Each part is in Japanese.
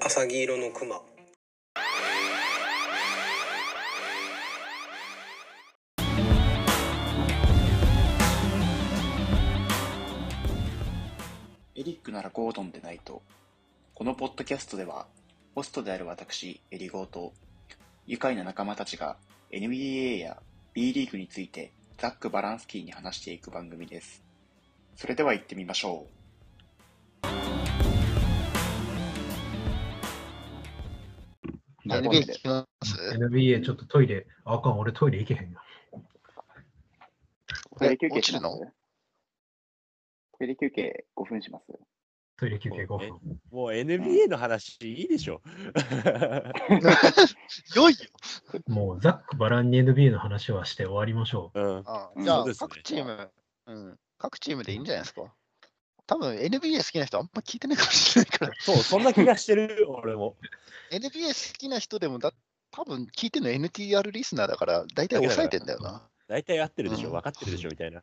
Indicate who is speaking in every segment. Speaker 1: はさぎ色のクマ
Speaker 2: エリックならゴードンでないと。このポッドキャストでは、ホストである私、エリゴーと、愉快な仲間たちが NBA や B リーグについてざっくばらんすきーに話していく番組です。それでは行ってみましょう。なるほど
Speaker 3: NBA 聞きます。
Speaker 4: NBA ちょっとトイレ、ああかん、俺トイレ行けへんよ。
Speaker 2: トイレ休憩
Speaker 3: 落
Speaker 2: し
Speaker 3: ち
Speaker 2: ま
Speaker 3: る
Speaker 2: す
Speaker 3: の
Speaker 2: トイレ休憩5分します。
Speaker 4: トイレ休憩5
Speaker 5: え
Speaker 4: 分。
Speaker 5: もう NBA の話いいでしょ。
Speaker 3: 良いよ。
Speaker 4: もうざっくばらんに NBA の話はして終わりましょ
Speaker 5: うん、
Speaker 3: あ
Speaker 2: うん
Speaker 3: じゃあ、
Speaker 5: そうですね
Speaker 3: 各チーム、うん、各チームでいいんじゃないですか。多分 NBA 好きな人あんま聞いてないかもしれないから、
Speaker 5: そう、そんな気がしてる、俺も。
Speaker 3: NBA 好きな人でもだ多分聞いてるの NTR リスナーだから、大体抑えてんだよな。
Speaker 5: 大体合ってるでし
Speaker 3: う
Speaker 5: ょ、
Speaker 3: ん
Speaker 5: 分かってるでしょ、みたいな。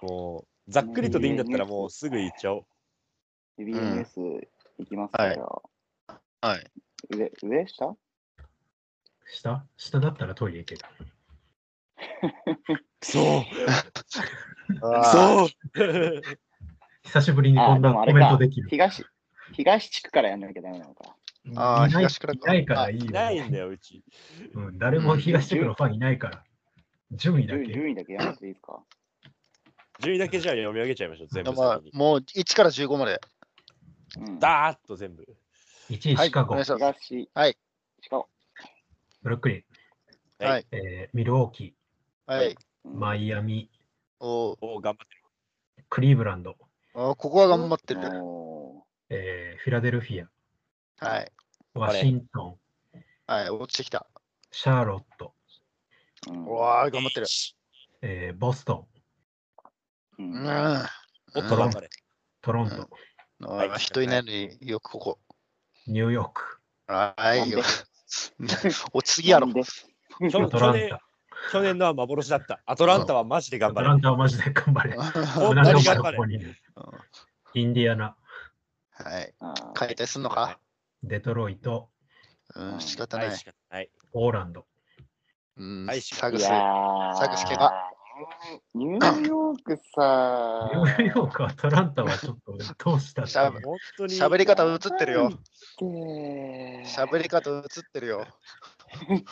Speaker 5: もう、ざっくりとでいいんだったら、もうすぐ行っちゃおう。
Speaker 2: 指
Speaker 3: うん
Speaker 2: s 行きますから、
Speaker 3: はい。
Speaker 2: 上、上下
Speaker 4: う。下下だったらトイレ行ける。
Speaker 5: そう
Speaker 3: そう
Speaker 5: そう
Speaker 4: 久しぶりにこんな
Speaker 2: でも
Speaker 4: コメントできる。
Speaker 2: 東、東地区からやんなきゃダメなのか。
Speaker 4: い
Speaker 3: あー
Speaker 4: ない
Speaker 3: 東から
Speaker 4: いないからいいよ
Speaker 5: い。 ないんだよ、うち。
Speaker 4: うん誰も東地区のファンいないから。順位だ
Speaker 2: 順
Speaker 4: け。
Speaker 2: 順位だけやんなくていいですか
Speaker 5: 順位だけじゃあ読み上げちゃいましょう、全部
Speaker 3: まあ
Speaker 5: 先に。
Speaker 3: もう1から15まで。
Speaker 2: うん
Speaker 5: ダーッと全部。
Speaker 4: 1位
Speaker 3: はい、
Speaker 4: シカ
Speaker 3: お
Speaker 4: ゴ、
Speaker 3: 願いします。
Speaker 2: 東、
Speaker 3: はい。
Speaker 2: シカゴ。
Speaker 4: ブルックリン、
Speaker 3: はい。
Speaker 4: えーミルウォーキ
Speaker 3: はい。
Speaker 4: ー、マイアミ、
Speaker 3: おー
Speaker 5: おー頑張ってる。
Speaker 4: クリーブランド、
Speaker 3: あーここは頑張ってる。
Speaker 2: お
Speaker 4: えーフィラデルフィ
Speaker 3: はい。
Speaker 4: ア、ワシントン、
Speaker 3: はい。落ちてきた。
Speaker 4: シャーロット、
Speaker 2: ーうん
Speaker 3: うわー、頑張ってる。
Speaker 4: えーボスト
Speaker 2: う
Speaker 4: ン、
Speaker 3: うんん。
Speaker 5: おっと、頑張れ。
Speaker 4: トロント、
Speaker 3: あー人いないのによくここ。
Speaker 4: ニューヨーク、
Speaker 3: は
Speaker 2: なん
Speaker 3: い。
Speaker 2: で
Speaker 3: よ落ちすぎやろ
Speaker 2: な。ん で
Speaker 5: 去
Speaker 4: アト
Speaker 5: 去
Speaker 4: ラ
Speaker 5: 年
Speaker 4: ンタ。
Speaker 5: 去年のは幻だった。アトランタはマジで
Speaker 4: ア
Speaker 5: 頑張
Speaker 4: ト
Speaker 5: れ
Speaker 4: ラ。ンタはマジで頑張れ。
Speaker 5: お
Speaker 3: は
Speaker 4: 同じ思
Speaker 5: マジ
Speaker 4: いの
Speaker 5: 頑張れ
Speaker 4: ここにいるインディアナ、
Speaker 3: い。
Speaker 2: あー
Speaker 3: 解体すんのか
Speaker 4: デトロイト、
Speaker 3: う
Speaker 2: うん
Speaker 3: ん、仕方
Speaker 5: は、
Speaker 3: ないい
Speaker 5: し。かない。
Speaker 4: オーランド、
Speaker 3: うん
Speaker 5: はい、
Speaker 3: サグ
Speaker 2: い
Speaker 3: ス。
Speaker 2: やー
Speaker 3: サグス怪我
Speaker 2: ニューヨークさ
Speaker 4: ニューヨーク、アトランタはちょっとどうした
Speaker 3: シャブ
Speaker 5: 本当に。
Speaker 3: 喋り方映ってるよ。
Speaker 2: 喋
Speaker 3: 喋り方映ってるよ。
Speaker 5: 完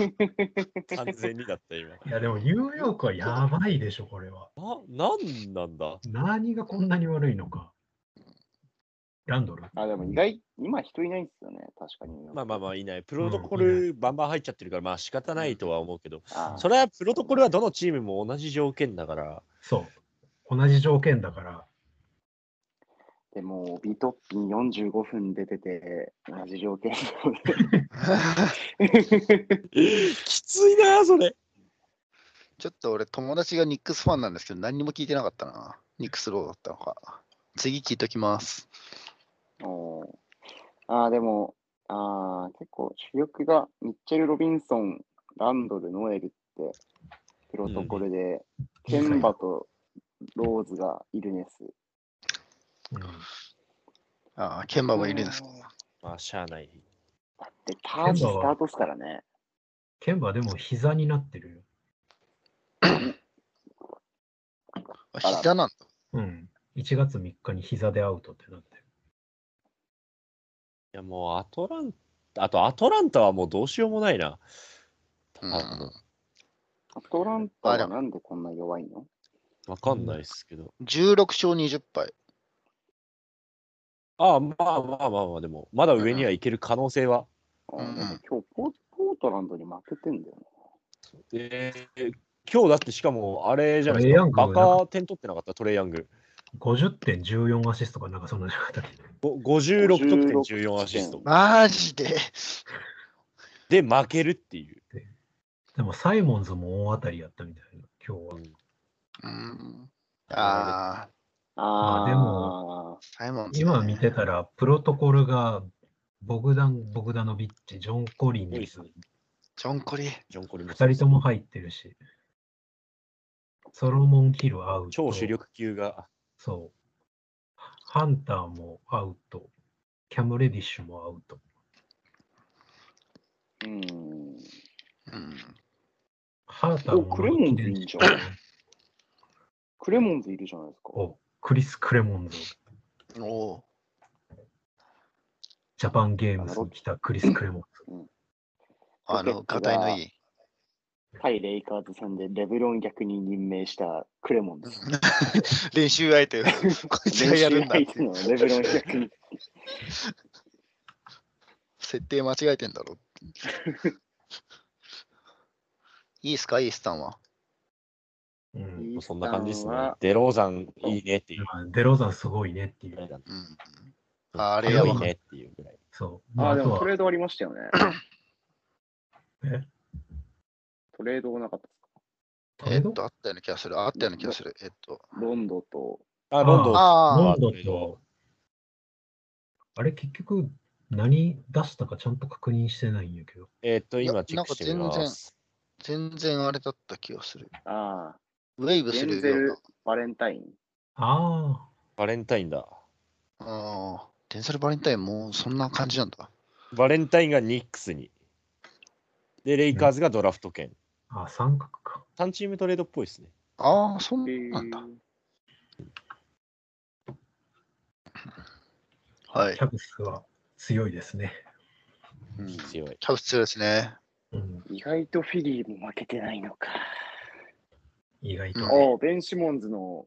Speaker 5: 全にだった、今。
Speaker 4: いやでもニューヨークはやばいでしょ、これは。
Speaker 5: な、なんなんだ
Speaker 4: 何がこんなに悪いのか。ランドル、
Speaker 2: あ、でも意外、今人いないんですよね、確かに。
Speaker 5: まあまあまあいない。プロトコ
Speaker 4: うん
Speaker 5: ルバンバン入っちゃってるから、まあ仕方ないとは思うけど、
Speaker 2: あー
Speaker 5: それはプロトコルはどのチームも同じ条件だから、
Speaker 4: そう。同じ条件だから、
Speaker 2: でも、ビートッピン45分で出てて、同じ条件。
Speaker 5: きついな、それ。
Speaker 3: ちょっと俺、友達がニックスファンなんですけど、何にも聞いてなかったな。ニックスローだったのか。次聞いときます。
Speaker 2: おーあー、でも、あー結構主力がミッチェル・ロビンソン、ランドル、ノエルって、プロトコルで、ケンバとローズがいるネス。
Speaker 4: うん
Speaker 3: ああ、ケンバもいるんですか。
Speaker 5: まあ、しゃあない。
Speaker 2: だって、ターンスタートっすからね。
Speaker 4: ケンバでも膝になってるよ。
Speaker 3: あ膝なんだ。
Speaker 4: うん。1月3日に膝でアウトってなってる。
Speaker 5: いや、もうアトランタ、あとアトランタはもうどうしようもないな。
Speaker 3: うん
Speaker 5: あ
Speaker 2: アトランタはなんでこんな弱いの
Speaker 5: わかんないですけど。
Speaker 3: 16勝20敗。
Speaker 5: ああ、まあまあまあまあ、でも、まだ上にはいける可能性は。
Speaker 2: あー
Speaker 3: うん
Speaker 2: でも今日ポ、ポートランドに負けてんだよね。
Speaker 5: えー今日だってしかも、あれじゃないで
Speaker 4: ト
Speaker 5: す
Speaker 4: レイヤ
Speaker 5: か、
Speaker 4: ング
Speaker 5: バ
Speaker 4: もな
Speaker 5: カ点取ってなかった、トレイヤング。
Speaker 4: 50.14アシストかなんかそんなじゃなかったっけ
Speaker 5: ご56得点14アシスト。
Speaker 3: マジで。
Speaker 5: で、負けるっていう。
Speaker 4: でもサイモンズも大当たりやったみたいな、今日は。
Speaker 3: うん。ああ、
Speaker 2: あ
Speaker 4: あでも
Speaker 3: サイモンズね
Speaker 4: 今見てたら、プロトコルがボグダン・ボグダノビッチ、ジョン・コリンに
Speaker 5: すごいです
Speaker 3: ジョン・コリー。
Speaker 5: ジョン・コリも
Speaker 4: 2人とも入ってるし、ソロモン・キルアウト。
Speaker 5: 超主力級が。
Speaker 4: そう。ハンターもアウト。キャム・レディッシュもアウト。
Speaker 2: うん。
Speaker 3: うん。
Speaker 4: ハーター
Speaker 2: お
Speaker 4: も
Speaker 2: クレモンズいいんじゃんクレモンズいるじゃないですか。
Speaker 4: おクリス・クレモンズ。
Speaker 3: おお
Speaker 4: ジャパンゲームズに来たクリス・クレモンズ。
Speaker 3: ー。あの、
Speaker 2: ポケットが
Speaker 3: がたいのいい。
Speaker 2: 対レイカーズ戦でレブロン逆に任命したクレモンズ。
Speaker 3: 練習 相手、こいつがやるんだっ
Speaker 2: 練習。相
Speaker 3: て
Speaker 2: 手のレブロン逆に。
Speaker 3: 設定間違えてんだ ろって。いいっすか、イースタンは。
Speaker 4: うん
Speaker 5: もうそんな感じですね
Speaker 2: イースタンは。
Speaker 5: デローザンいいねっていう
Speaker 4: まあデローザンすごいねってい。
Speaker 5: ぐらいうだね。
Speaker 3: うん。ああれや
Speaker 5: 強
Speaker 3: ば
Speaker 5: い
Speaker 3: かった
Speaker 5: ねっていうぐらい。
Speaker 4: そう。まあ、
Speaker 2: あ
Speaker 4: あ
Speaker 2: ー、で
Speaker 4: と
Speaker 2: もトレ
Speaker 4: は、
Speaker 2: ードありましたよね。
Speaker 4: え
Speaker 2: トレードなかったです
Speaker 4: トレ
Speaker 3: え
Speaker 4: ー
Speaker 3: っ
Speaker 4: ド
Speaker 3: と、あったような気がする。あったような気がする。えっと、
Speaker 2: かロンドと、
Speaker 5: あ、ロンドン。
Speaker 3: あー
Speaker 4: ロンドンと、あれ結局何出したかちゃんと確認してないんやけど。
Speaker 5: えっと、
Speaker 3: いや
Speaker 5: 今チェックしてみます。
Speaker 3: 全然あれだった気がする。
Speaker 2: ああ、
Speaker 3: ウェーブ
Speaker 2: デ
Speaker 3: す
Speaker 2: ン
Speaker 3: る
Speaker 2: ゼ
Speaker 3: よう
Speaker 2: ル
Speaker 3: な。・
Speaker 2: バレンタイン。
Speaker 4: あ
Speaker 5: バレンタインだ。
Speaker 3: ああ、デンゼル・バレンタインもうそんな感じなんだ。
Speaker 5: バレンタインがニックスに。で、レイカーズがドラフト権。
Speaker 4: ーあ、三角か。
Speaker 5: 3チームトレードっぽいですね。
Speaker 3: ああ、そん
Speaker 2: え
Speaker 3: なんだ。
Speaker 2: ー
Speaker 3: はい
Speaker 4: キ。ャブスは強いですね。
Speaker 3: うんキ
Speaker 5: 強い。
Speaker 3: ャブス強いですね。
Speaker 4: うん、
Speaker 2: 意外とフィリーも負けてないのか。
Speaker 4: 意外
Speaker 3: う
Speaker 4: と。
Speaker 3: ん
Speaker 2: ああ、ベン・シモンズの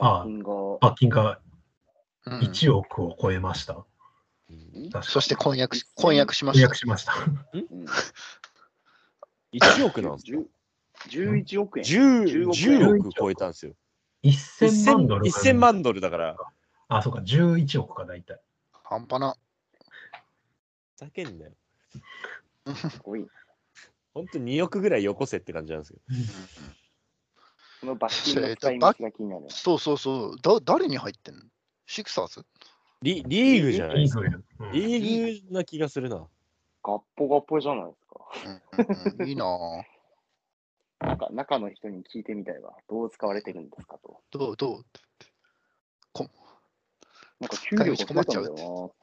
Speaker 4: あ
Speaker 2: 金が
Speaker 4: あ、罰金が
Speaker 3: うん
Speaker 4: 1億を超えました。
Speaker 5: うん
Speaker 4: 確か
Speaker 3: そして婚約し婚約しま
Speaker 4: 契
Speaker 3: した
Speaker 4: 約。しました。
Speaker 2: うん
Speaker 5: 1億なんですよ。
Speaker 2: 11億円。
Speaker 5: 10
Speaker 2: 10
Speaker 5: 10億超えたんですよ。
Speaker 4: 1000万ドル。
Speaker 5: 1000。万ドルだから。
Speaker 4: あ、そうか、11億か、大体。
Speaker 3: 半端な。
Speaker 5: ふざけんなよ。
Speaker 2: すごい。
Speaker 5: ほんと2億ぐらいよこせって感じなんですけど。
Speaker 2: この罰金の使い道が気になる。
Speaker 3: そうそうそう。だ誰に入ってんのシクサーズ
Speaker 5: リリーグじゃない
Speaker 4: い
Speaker 5: で
Speaker 4: い
Speaker 5: すか。
Speaker 4: ぞよ。うん
Speaker 5: リーグな気がするな。
Speaker 2: ガッポガッポじゃないですか。
Speaker 3: うんうんいいなぁ。
Speaker 2: なんか中の人に聞いてみたいわ。どう使われてるんですかと。
Speaker 3: どう どう
Speaker 2: なんか給料が増えたんだよ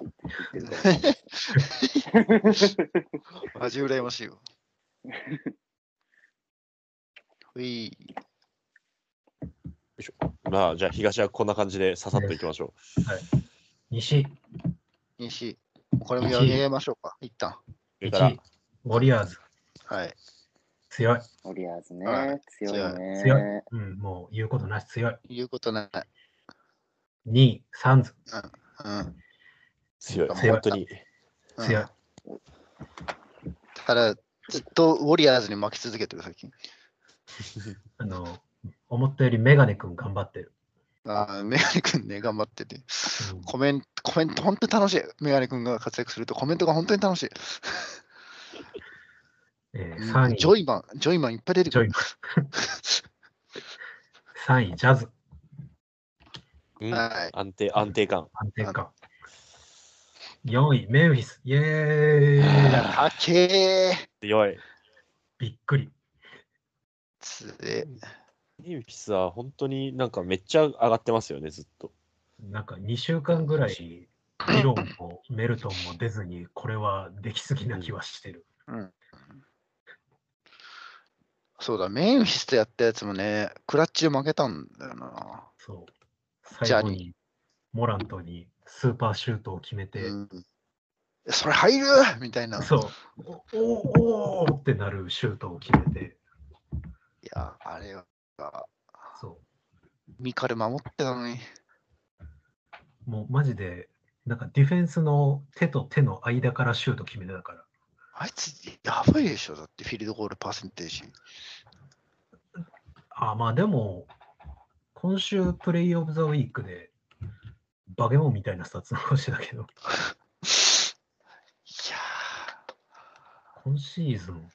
Speaker 2: なって言ってる
Speaker 3: マジ羨ましいよ。うい
Speaker 5: まあ、じゃあ東はこんな感じでささっといきましょ
Speaker 4: 西、
Speaker 3: 西。これもやめましょうか。一旦。
Speaker 5: う。
Speaker 4: 1
Speaker 5: それから
Speaker 4: ウ、ォリアーズ、
Speaker 3: はい。
Speaker 4: 強い。
Speaker 2: ウォリアーズ
Speaker 3: は
Speaker 2: ね
Speaker 3: い。
Speaker 2: 強いね。
Speaker 4: 強いうん、もう言うことなし、強い。
Speaker 3: 言うことない。
Speaker 4: 2位、サンズ、
Speaker 3: うん。
Speaker 5: 強い。
Speaker 4: 強い
Speaker 5: 本当に。
Speaker 3: うん
Speaker 4: 強い。
Speaker 3: ただ、ずっとウォリアーズに負け続けてる、最近。
Speaker 4: あの、思ったよりメガネ君頑張ってる。
Speaker 3: ああ、メガネ君ね、頑張ってて。
Speaker 4: うん
Speaker 3: コメント、コメント、本当に楽しい。メガネ君が活躍すると、コメントが本当に楽しい。
Speaker 4: えー、
Speaker 3: う
Speaker 4: 3
Speaker 3: んジ
Speaker 4: 位、ジ
Speaker 3: ョイマン、ジョイマンいっぱい出てく
Speaker 4: ョ イ
Speaker 3: る。
Speaker 4: マン。3位、ジャズ、
Speaker 5: うん
Speaker 3: はい
Speaker 5: 安定、安定感。
Speaker 4: 安定感。4位、メンフィス、イェーイ
Speaker 3: あけー。
Speaker 5: 強い。
Speaker 4: びっくり。
Speaker 3: つえ。
Speaker 5: ミミキスは本当になんかめっちゃ上がってますよね、ずっと。
Speaker 4: なんか2週間ぐらい、理論もメルトンも出ずに、これはできすぎな気はしてる。
Speaker 3: うん。そうだ、メンフィスとやったやつもね、クラッチで負けたんだよな。
Speaker 4: そう。
Speaker 3: ジャ
Speaker 4: 最後
Speaker 3: ニー
Speaker 4: に、モラントにスーパーシュートを決めて、
Speaker 3: うん、それ入るみたいな。い
Speaker 4: そう、おおおーってなるシュートを決めて、
Speaker 3: や、あれは、
Speaker 4: そ
Speaker 3: ミカル守ってたのに。
Speaker 4: う、もうマジで、なんかディフェンスの手と手の間からシュート決めてたから、
Speaker 3: あいつ、やばいでしょ、だってフィールドゴールパーセンテージ。
Speaker 4: あーまあでも、今週プレイオブザウィークで、バゲモンみたいなスタッツ残してたけど、
Speaker 3: いや
Speaker 4: 今シーズン、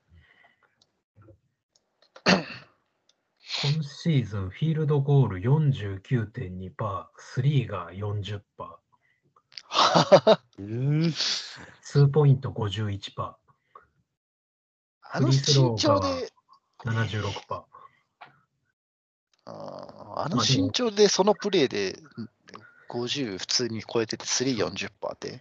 Speaker 4: 今シーズン、フィールドゴール49.2%、スリーが40%、
Speaker 3: ー
Speaker 5: うん。
Speaker 4: ツーポイント51%、
Speaker 3: あの身長で、
Speaker 4: 76%。
Speaker 3: あーあの身長でそのプレーで、 50普通に超えてて340%って。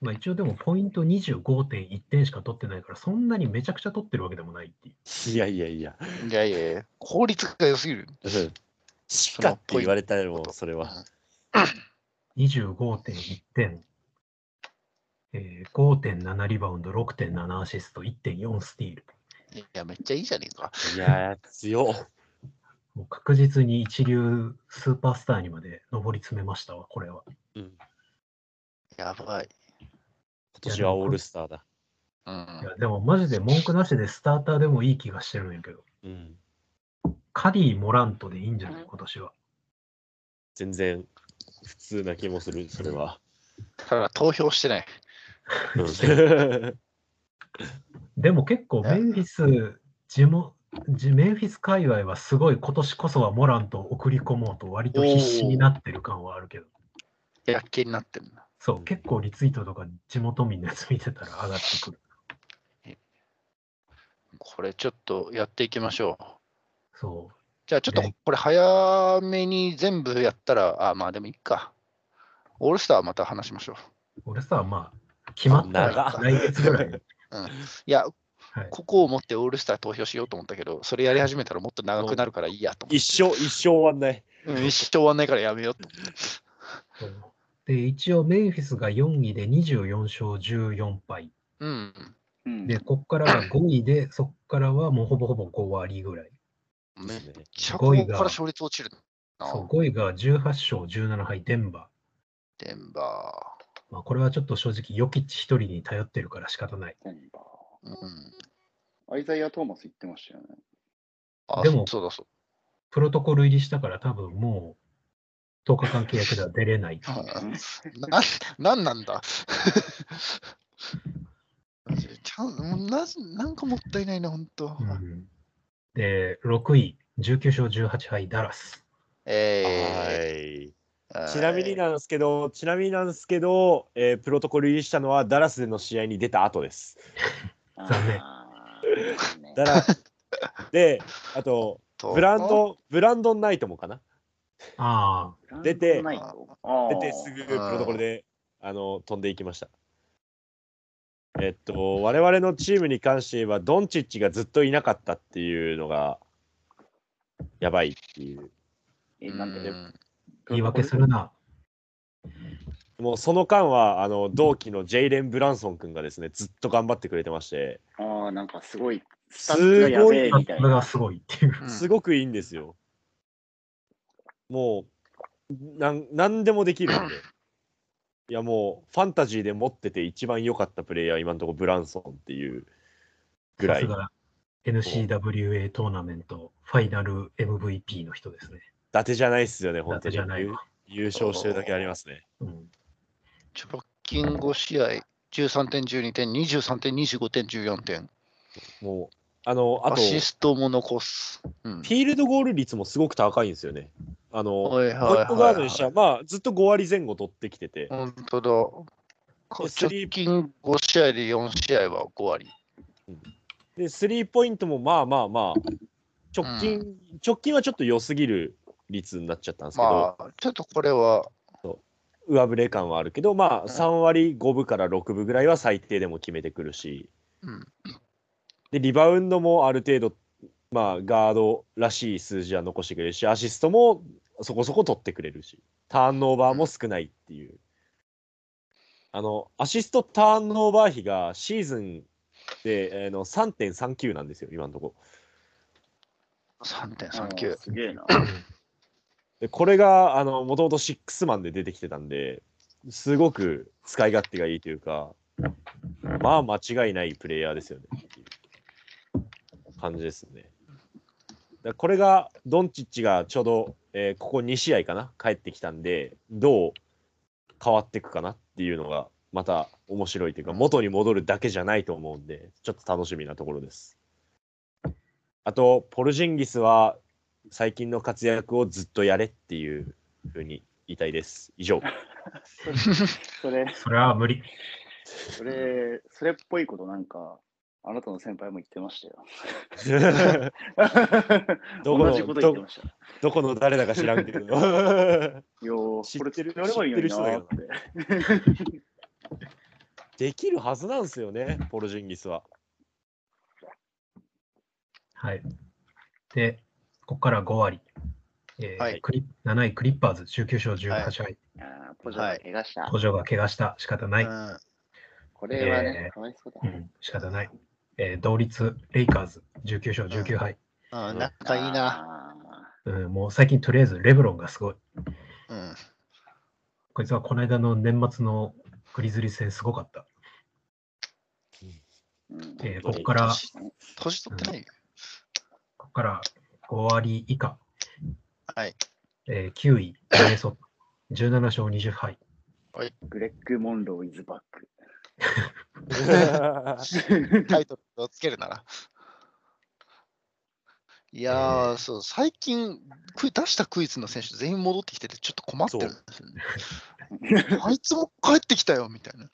Speaker 4: まあ一応でもポイント25.1点しか取ってないから、そんなにめちゃくちゃ取ってるわけでもないっていう。
Speaker 5: いやいやいや。
Speaker 3: いやいやいや効率が良すぎる。
Speaker 5: うんしかって言われたらもうそれは。
Speaker 4: 25.1点、えー、5.7リバウンド、6.7アシスト、1.4スティール。
Speaker 3: いや、めっちゃいいじゃねえか。
Speaker 5: いやー、強っ。
Speaker 4: もう確実に一流スーパースターにまで上り詰めましたわ、これは。
Speaker 5: うん今
Speaker 3: やばい。
Speaker 5: 年はオールスターだ。
Speaker 3: う
Speaker 4: い
Speaker 3: ん。
Speaker 4: や、でもマジで文句なしでスターターでもいい気がしてるんやけど、
Speaker 5: うん。
Speaker 4: カリー・モラントでいいんじゃない今年は。
Speaker 5: 全然普通な気もする、それは。
Speaker 3: ただ、投票してない。
Speaker 5: うん
Speaker 4: でも結構メンフィス、地元、地メンフィス界隈はすごい今年こそはモラントを送り込もうと割と必死になってる感はあるけど、
Speaker 3: やっけになってるな。
Speaker 4: そう、結構リツイートとか地元民のやつ見てたら上がってくる。
Speaker 3: これちょっとやっていきましょう。
Speaker 4: そう。
Speaker 3: じゃあちょっと
Speaker 4: ね
Speaker 3: これ早めに全部やったら、あ、まあでもいいか。オールスターはまた話しましょ
Speaker 4: 俺さ、まあ、決まったら
Speaker 3: 長っ
Speaker 4: 来月ぐらいに。
Speaker 3: う。うん。いや、
Speaker 4: はい
Speaker 3: ここを持ってオールスター投票しようと思ったけど、それやり始めたらもっと長くなるからいいやと思っ
Speaker 5: 一生、一生終わんない。
Speaker 3: て。うん一生終わんないからやめようと思って。
Speaker 4: そうで、一応メンフィスが4位で24勝14敗。
Speaker 3: うん。
Speaker 2: うん。
Speaker 4: で、こっからが5位で、そっからはもうほぼほぼ5割ぐらい。
Speaker 3: めっ
Speaker 5: ですね
Speaker 3: ちゃ
Speaker 4: す
Speaker 3: こ
Speaker 4: ごい
Speaker 3: こ
Speaker 4: が
Speaker 3: から勝率落ちるな。
Speaker 4: そう5位が18勝17敗、デンバー。
Speaker 3: デンバ
Speaker 4: まあ、これはちょっと正直、ヨキッチ一人に頼ってるから仕方ない。
Speaker 2: デンバ
Speaker 3: ー。うん。
Speaker 2: ーアイザイア・トーマス言ってましたよね。
Speaker 3: あ、
Speaker 4: でも
Speaker 3: そうだそう
Speaker 4: プロトコル入りしたから多分もう10日間契約では出れない っていう
Speaker 3: だ。な、なんなんだちゃんななんかもったいないな、ほんと。
Speaker 4: うんで、6位、19勝18敗、ダラス。
Speaker 3: え
Speaker 5: はい。
Speaker 3: ー
Speaker 5: ちなみになんですけど、ちなみになんですけど、えープロトコル入りしたのはダラスでの試合に出た後です。
Speaker 4: 残念
Speaker 2: あー残念
Speaker 5: ダラで、あと、ブランド、ブランドンナイトもかな
Speaker 4: あ
Speaker 5: 出て
Speaker 2: ランドナイ
Speaker 5: 出
Speaker 2: ト
Speaker 5: てすぐプロトコルであの飛んでいきました。えっと、我々のチームに関して言えば、ドンチッチがずっといなかったっていうのが、やばいっていう。
Speaker 2: え、なんで、
Speaker 3: うん
Speaker 4: あ、言い訳するな。
Speaker 5: もうその間は、あの同期のジェイレン・ブランソン君がですね、ずっと頑張ってくれてまして、
Speaker 2: ああ、なんかすごい、スタッフ
Speaker 5: す
Speaker 2: がや
Speaker 5: ご
Speaker 2: べえ
Speaker 5: い
Speaker 4: そ
Speaker 2: みた
Speaker 4: れ
Speaker 2: いな。
Speaker 4: がすごいっていう。
Speaker 3: うん
Speaker 5: すごくいいんですよ。もう、なん何でもできるんで。いやもう、ファンタジーで持ってて一番良かったプレイヤー、今のところブランソンっていうぐ
Speaker 4: さ
Speaker 5: ら
Speaker 4: す
Speaker 5: い。
Speaker 4: が NCWA トーナメントファイナル MVP の人ですね。
Speaker 5: 伊達じゃないっすよね、本
Speaker 4: だ
Speaker 5: 当
Speaker 4: け
Speaker 5: に。
Speaker 4: じゃない
Speaker 5: 優
Speaker 4: わ。
Speaker 5: 優勝してるだけありますね。
Speaker 4: うん、
Speaker 3: 直近5試合、13点、12点、23点、25点、14点。
Speaker 5: もう、あの、あ
Speaker 3: ア
Speaker 5: と、
Speaker 3: シ
Speaker 5: フ
Speaker 3: ストも残す。うん。
Speaker 5: ィールドゴール率もすごく高いんですよね。あの、
Speaker 3: はいはい
Speaker 5: ポイントガードにした
Speaker 3: は
Speaker 5: ら、まあ、ずっと5割前後取ってきてて
Speaker 3: い。、本当だ。こ
Speaker 5: ス
Speaker 3: 直
Speaker 5: リー
Speaker 3: 近5試合で4試合は5割。
Speaker 5: で、スリーポイントもまあまあまあ、直近、
Speaker 3: う
Speaker 5: 直近はちょっと良すぎる率になっちゃったんですけど、
Speaker 3: まあ、ちょっとこれは、
Speaker 5: 上振れ感はあるけど、まあ、
Speaker 3: ん
Speaker 5: 3割5分から6分ぐらいは最低でも決めてくるし、
Speaker 3: うん、
Speaker 5: で、リバウンドもある程度、まあ、ガードらしい数字は残してくれるし、アシストもそこそこ取ってくれるし、ターンオーバーも少ないっていう。あの、アシストターンオーバー比がシーズンで、えーの3.39なんですよ、今のところ。
Speaker 3: 3.39
Speaker 2: あー。すげえな。
Speaker 5: で、これが、あの、もともと6マンで出てきてたんで、すごく使い勝手がいいというか、まあ、間違いないプレイヤーですよねっていう感じですね。だこれが、ドンチッチがちょうど、えーここ2試合かな、帰ってきたんで、どう変わっていくかなっていうのが、また面白いというか、元に戻るだけじゃないと思うんで、ちょっと楽しみなところです。あと、ポルジンギスは、最近の活躍をずっとやれっていうふうに言いたいです。以上。
Speaker 2: それ、
Speaker 4: それは無理。
Speaker 2: それ、それっぽいことなんか、あなたの先輩も言ってましたよ。
Speaker 5: どこの
Speaker 2: 同じこと言ってました。
Speaker 5: どこの誰だか知らんけど。 で
Speaker 2: よー、これ
Speaker 5: 知ってる
Speaker 2: やればいいのになーって。
Speaker 5: きるはずなんですよね、ポルジンギスは。
Speaker 4: はい。で、ここから5割。えー
Speaker 3: はい
Speaker 4: クリ7位クリッパーズ19勝18敗、
Speaker 2: あーポジョが怪我した。
Speaker 4: 補助が怪我した仕方ない、
Speaker 3: うん
Speaker 2: これは
Speaker 4: え
Speaker 2: ね
Speaker 4: ー、
Speaker 2: かわいそうだ
Speaker 4: う。ん、仕方ない、えー同率レイカーズ19勝19敗、
Speaker 3: あー仲いいな。
Speaker 2: な。
Speaker 4: うん、もう最近とりあえずレブロンがすごい
Speaker 3: うん。
Speaker 4: こいつはこの間の年末のグリズリー戦すごかった、
Speaker 2: うん
Speaker 4: えーここから
Speaker 3: 年年取ってないよ。
Speaker 4: ここから5割以下、
Speaker 3: はい。
Speaker 4: えー9位ミネソタ17勝20敗
Speaker 2: グレッグ・モンロー・イズ・バック。
Speaker 3: タイトルをつけるなら。いやー、そう、最近クイ出したクイズの選手全員戻ってきてて、ちょっと困ってるんですよね。 あいつも帰ってきたよみたいな。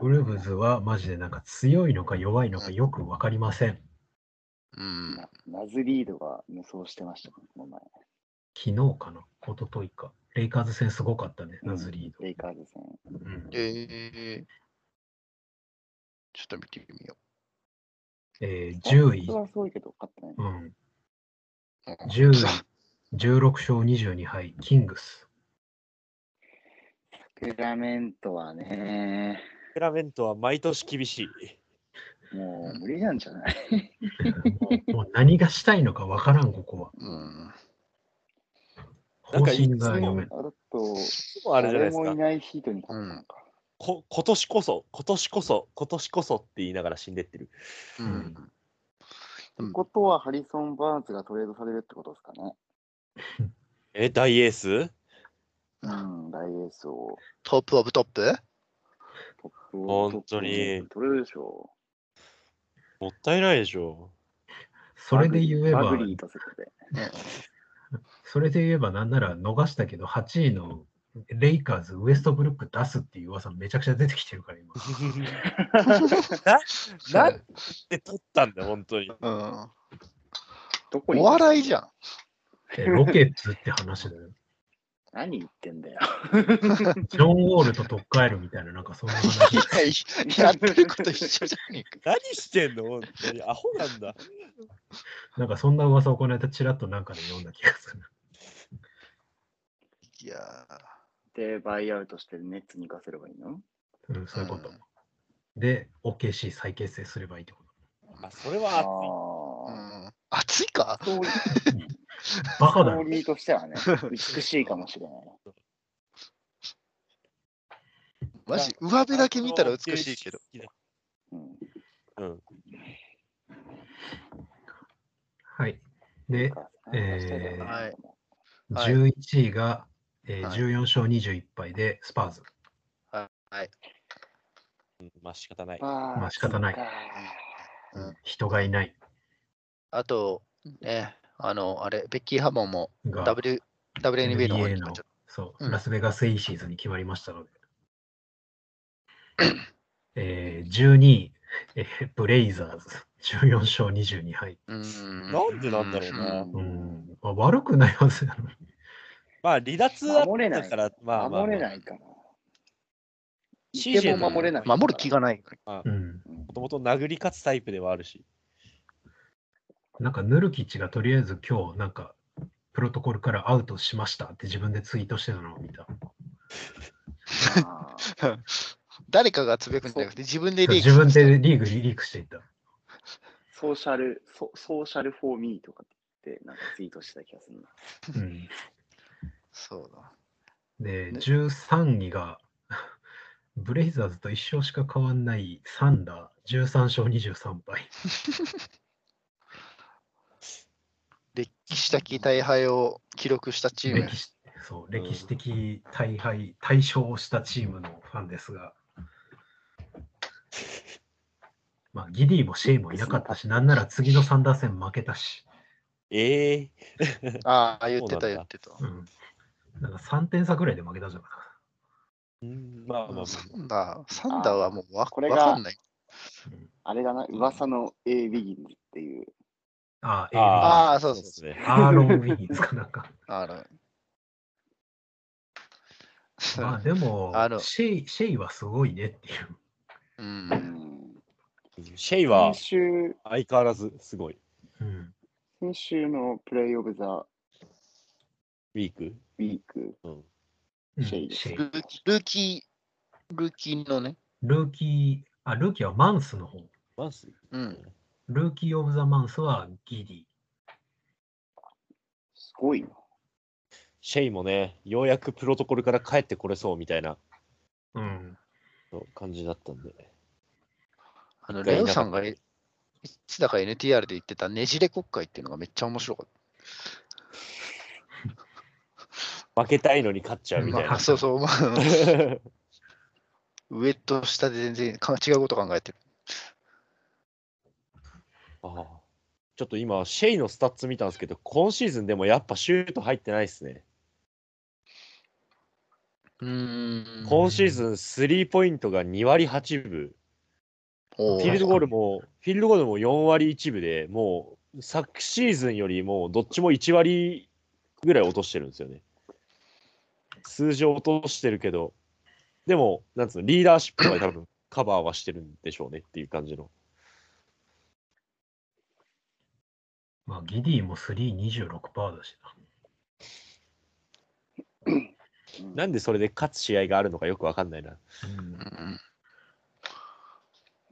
Speaker 4: ウルブズはマジでなんか強いのか弱いのかよく分かりません
Speaker 3: うん。
Speaker 2: なナズリードが無双してましたね、この前。
Speaker 4: 昨日かな一昨日かレイカーズ戦すごかったねナズリード、
Speaker 2: レイカーズ戦。
Speaker 4: うん
Speaker 3: えー、ちょっと見てみよ
Speaker 4: えー10位
Speaker 2: 本当、はすごいけど、勝ってない。
Speaker 4: うん、
Speaker 3: う。
Speaker 4: 10
Speaker 3: うん
Speaker 4: 位16勝22敗キングス
Speaker 2: サクラメントはね、
Speaker 5: フェラメントは毎年厳しい。
Speaker 2: もう無理なんじゃない
Speaker 4: もうもう何がしたいのか分からんここは
Speaker 3: うん。
Speaker 4: 方
Speaker 5: なんかいつ
Speaker 4: 針
Speaker 5: も
Speaker 4: が読めん
Speaker 2: あと、
Speaker 5: あれじゃな
Speaker 2: 誰
Speaker 5: いです
Speaker 2: もい
Speaker 5: か。
Speaker 2: ないヒートに勝ったのか。
Speaker 5: こ今年こそ、今年こそ、今年こそって言いながら死んでってる。
Speaker 3: うん。うん
Speaker 2: ってことは、ハリソン・バーンズがトレードされるってことですかね。
Speaker 5: え、大エース
Speaker 2: うん、大エースを
Speaker 3: トップオブトップ
Speaker 2: トップを
Speaker 5: 本当に
Speaker 2: トップを取れるでしょ
Speaker 5: もったいないでしょ。
Speaker 4: それで言えば
Speaker 2: マグリーとセットで。
Speaker 4: それで言えばなんなら逃したけど8位のレイカーズウエストブルック出すっていう噂めちゃくちゃ出てきてるから今
Speaker 5: なんで取ったんだよ、本当に。
Speaker 3: うん。
Speaker 2: どこに
Speaker 3: お笑いじゃん。
Speaker 4: えーロケッツって話だよ
Speaker 2: 何言ってんだよ。
Speaker 4: ジョン・ウォールと取っ換えるみたいななんかそんな話
Speaker 3: いやいや、やってること一緒じゃねえか。
Speaker 5: 何してんの本当に。アホなんだ。
Speaker 4: なんかそんな噂をこの間ちらっとなんかで読んだ気がする
Speaker 3: いや
Speaker 2: で、バイアウトしてネッツに行かせればいいの
Speaker 4: うん、そういうこと
Speaker 3: う。
Speaker 4: で、OKC 再結成すればいいってこと。
Speaker 5: あそれ
Speaker 2: あ
Speaker 5: は
Speaker 3: ー、う
Speaker 2: あ。
Speaker 3: ん。熱いか
Speaker 2: ストーリー
Speaker 4: バ
Speaker 2: スト
Speaker 4: カだ
Speaker 2: ー
Speaker 4: ろ。
Speaker 2: リーとしてはね、美しいかもしれない。
Speaker 3: マジ、上
Speaker 5: 熱い。
Speaker 3: 辺だけ見たら美しいけど。
Speaker 2: うん、
Speaker 5: うん。
Speaker 4: はい。で、
Speaker 2: え
Speaker 3: はいはい
Speaker 4: 11位が、えー
Speaker 3: はい
Speaker 4: 14勝21敗でスパーズ。
Speaker 5: うんまあ仕方ない。
Speaker 2: ま
Speaker 4: あ仕方ない
Speaker 3: うん
Speaker 4: 人がいない
Speaker 3: あと、ね、あの、あれ、ベッキー・ハモンも
Speaker 4: が、
Speaker 3: W WNBA の方に
Speaker 4: NBA
Speaker 3: 行っ
Speaker 4: の
Speaker 3: ちゃっ
Speaker 4: そう、
Speaker 3: うん
Speaker 4: ラスベガスイーシーズンに決まりましたので。えー、12位、えーブレイザーズ。14勝22敗。
Speaker 3: た。うん
Speaker 5: なんでなんだろうな。
Speaker 4: うん。まあ、悪くないはずやろ。
Speaker 5: まあ離脱だったから、まあまあまあ
Speaker 2: 守れないかな。い
Speaker 5: シージ
Speaker 2: て
Speaker 5: ェン
Speaker 2: も守れない。
Speaker 3: 守る気がない。
Speaker 4: うん。
Speaker 2: うん
Speaker 5: もともと殴り勝つタイプではあるし。
Speaker 4: なんかヌルキッチがとりあえず今日なんかプロトコルからアウトしましたって自分でツイートしてたのを見た。
Speaker 2: あ
Speaker 3: 誰かがつぶやくんじゃなくて、自分でリーク
Speaker 4: 自分でリーグリリークしていった。
Speaker 2: ーソーシャルソ、ソーシャルフォーミーとかってなんかツイートしてた気がするな。
Speaker 4: うん、
Speaker 3: そうだ。
Speaker 4: で、13位が ブレイザーズと一勝しか変わんないサンダー、13勝23敗。
Speaker 3: 歴史的大敗を記録したチーム
Speaker 4: 歴。史そう歴史的大敗、大勝をしたチームのファンですが、まあ、ギディもシェイもいなかったし、なんなら次のサンダー戦負けたし。
Speaker 5: ええ
Speaker 3: ああ、言って
Speaker 5: そ
Speaker 3: た、
Speaker 5: うなんだ
Speaker 3: 言ってた。
Speaker 4: うん。なんか3点差ぐらいで負けたじゃん。
Speaker 5: まあまあまあ、
Speaker 3: サンダー、サンダーはもうわ
Speaker 2: これが
Speaker 3: わかんない。
Speaker 2: あれだな、噂の A ビギンズっていう。
Speaker 4: あー、
Speaker 3: あ
Speaker 4: あ
Speaker 3: ーそうそう
Speaker 5: ですね。
Speaker 4: アーロン・ウィギンズかなんか。
Speaker 3: あの、
Speaker 4: まあでも
Speaker 3: あの
Speaker 4: シェイ、シェイはすごいねっていう。
Speaker 2: う
Speaker 3: う。
Speaker 2: んん、
Speaker 5: シェイは
Speaker 2: 先週、
Speaker 5: 相変わらずすごい。
Speaker 4: うん、
Speaker 2: 先週のプレイオブザ
Speaker 5: ウィーク。
Speaker 2: ウィーク、
Speaker 5: うん、
Speaker 4: うん
Speaker 2: シェイ
Speaker 4: シェイ
Speaker 3: ル。ルーキー、ルーキーのね、
Speaker 4: ルーキー、あ、ルーキーはマンスの方。
Speaker 5: マンス
Speaker 3: うん。
Speaker 4: ルーキー・オブ・ザ・マンスはギリ。
Speaker 2: すごいな。
Speaker 5: シェイもね、ようやくプロトコルから帰ってこれそうみたいな
Speaker 4: うん。
Speaker 5: そう感じだったんで。
Speaker 3: あの、
Speaker 5: がいな
Speaker 3: レ
Speaker 5: かった
Speaker 3: オさんがえいつだか NTR で言ってたねじれ国会っていうのがめっちゃ面白かっ
Speaker 5: 負けたいのに勝っちゃ
Speaker 3: た。
Speaker 5: うみたい
Speaker 3: ま
Speaker 5: な
Speaker 3: あ、。そうそう、まあ、
Speaker 5: い
Speaker 3: 上と下で全然か違うこと考えてる。
Speaker 5: ああちょっと今、シェイのスタッツ見たんですけど、今シーズンでもやっぱシュート入ってないですね。
Speaker 3: うーん。
Speaker 5: 今シーズン、スリーポイントが2割8分、
Speaker 3: お
Speaker 5: フ
Speaker 3: ー
Speaker 5: ィールドゴールも、フィールドゴールも4割1分で、もう、昨シーズンよりも、どっちも1割ぐらい落としてるんですよね。数字を落としてるけど、でも、なんつうの、リーダーシップは多分、カバーはしてるんでしょうねっていう感じの。
Speaker 4: まあ、ギディも326%だし
Speaker 2: うん
Speaker 5: なんでそれで勝つ試合があるのかよくわかんないな。
Speaker 4: な。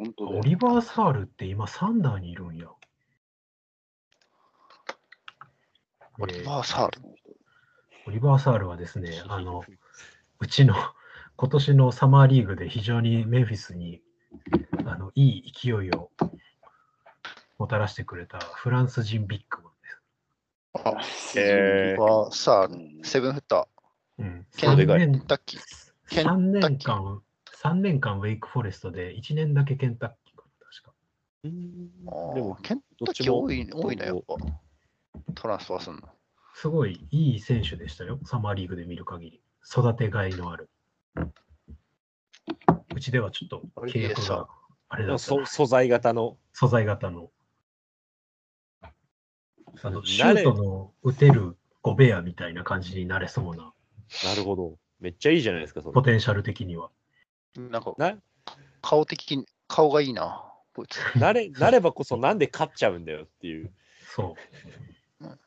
Speaker 3: う
Speaker 2: 本
Speaker 3: ん
Speaker 4: う
Speaker 2: 当
Speaker 4: ん、
Speaker 2: だ
Speaker 4: オ
Speaker 2: よ
Speaker 4: リバー・サールって今サンダーにいるんや。オリ
Speaker 3: まあ、サール。
Speaker 2: その人
Speaker 4: オリバー・サールはですね、あの、うちの今年のサマーリーグで非常にメンフィスにあのいい勢いをもたらしてくれたフランス人ビッグマンです。
Speaker 3: あ、
Speaker 5: えー
Speaker 3: まあ、サー
Speaker 2: う
Speaker 3: ル。
Speaker 2: ん
Speaker 3: セブンフッター。
Speaker 4: うん、
Speaker 3: そう
Speaker 5: でかい
Speaker 4: 3
Speaker 3: ケン
Speaker 4: 年
Speaker 3: タッキー。ケンタ
Speaker 4: 3
Speaker 3: ッキー
Speaker 4: 年間、三年間ウェイクフォレストで1年だけケンタッキーかな、確か。
Speaker 5: うん
Speaker 3: あー
Speaker 5: でも、
Speaker 3: ケンタッキー多い多いな、やっぱ。トランスファーすんの。
Speaker 4: すごいいい選手でしたよ、サマーリーグで見る限り。育てがいのある。うちではちょっと契約があれだった
Speaker 5: そ
Speaker 4: な
Speaker 5: 素材型の。
Speaker 4: 素材型の。あのシュ
Speaker 5: 慣れ
Speaker 4: ートの打てるゴベアみたいな感じになれそうな、
Speaker 5: なるほど。めっちゃいいじゃないですか、そ
Speaker 4: ポ
Speaker 5: れ。
Speaker 4: テンシャル的には。
Speaker 3: なんか、
Speaker 5: な
Speaker 3: 顔的に、顔がいいな、こいつ。
Speaker 5: なれなればこそなんで勝っちゃうんだよっていう。
Speaker 4: そう
Speaker 3: うん。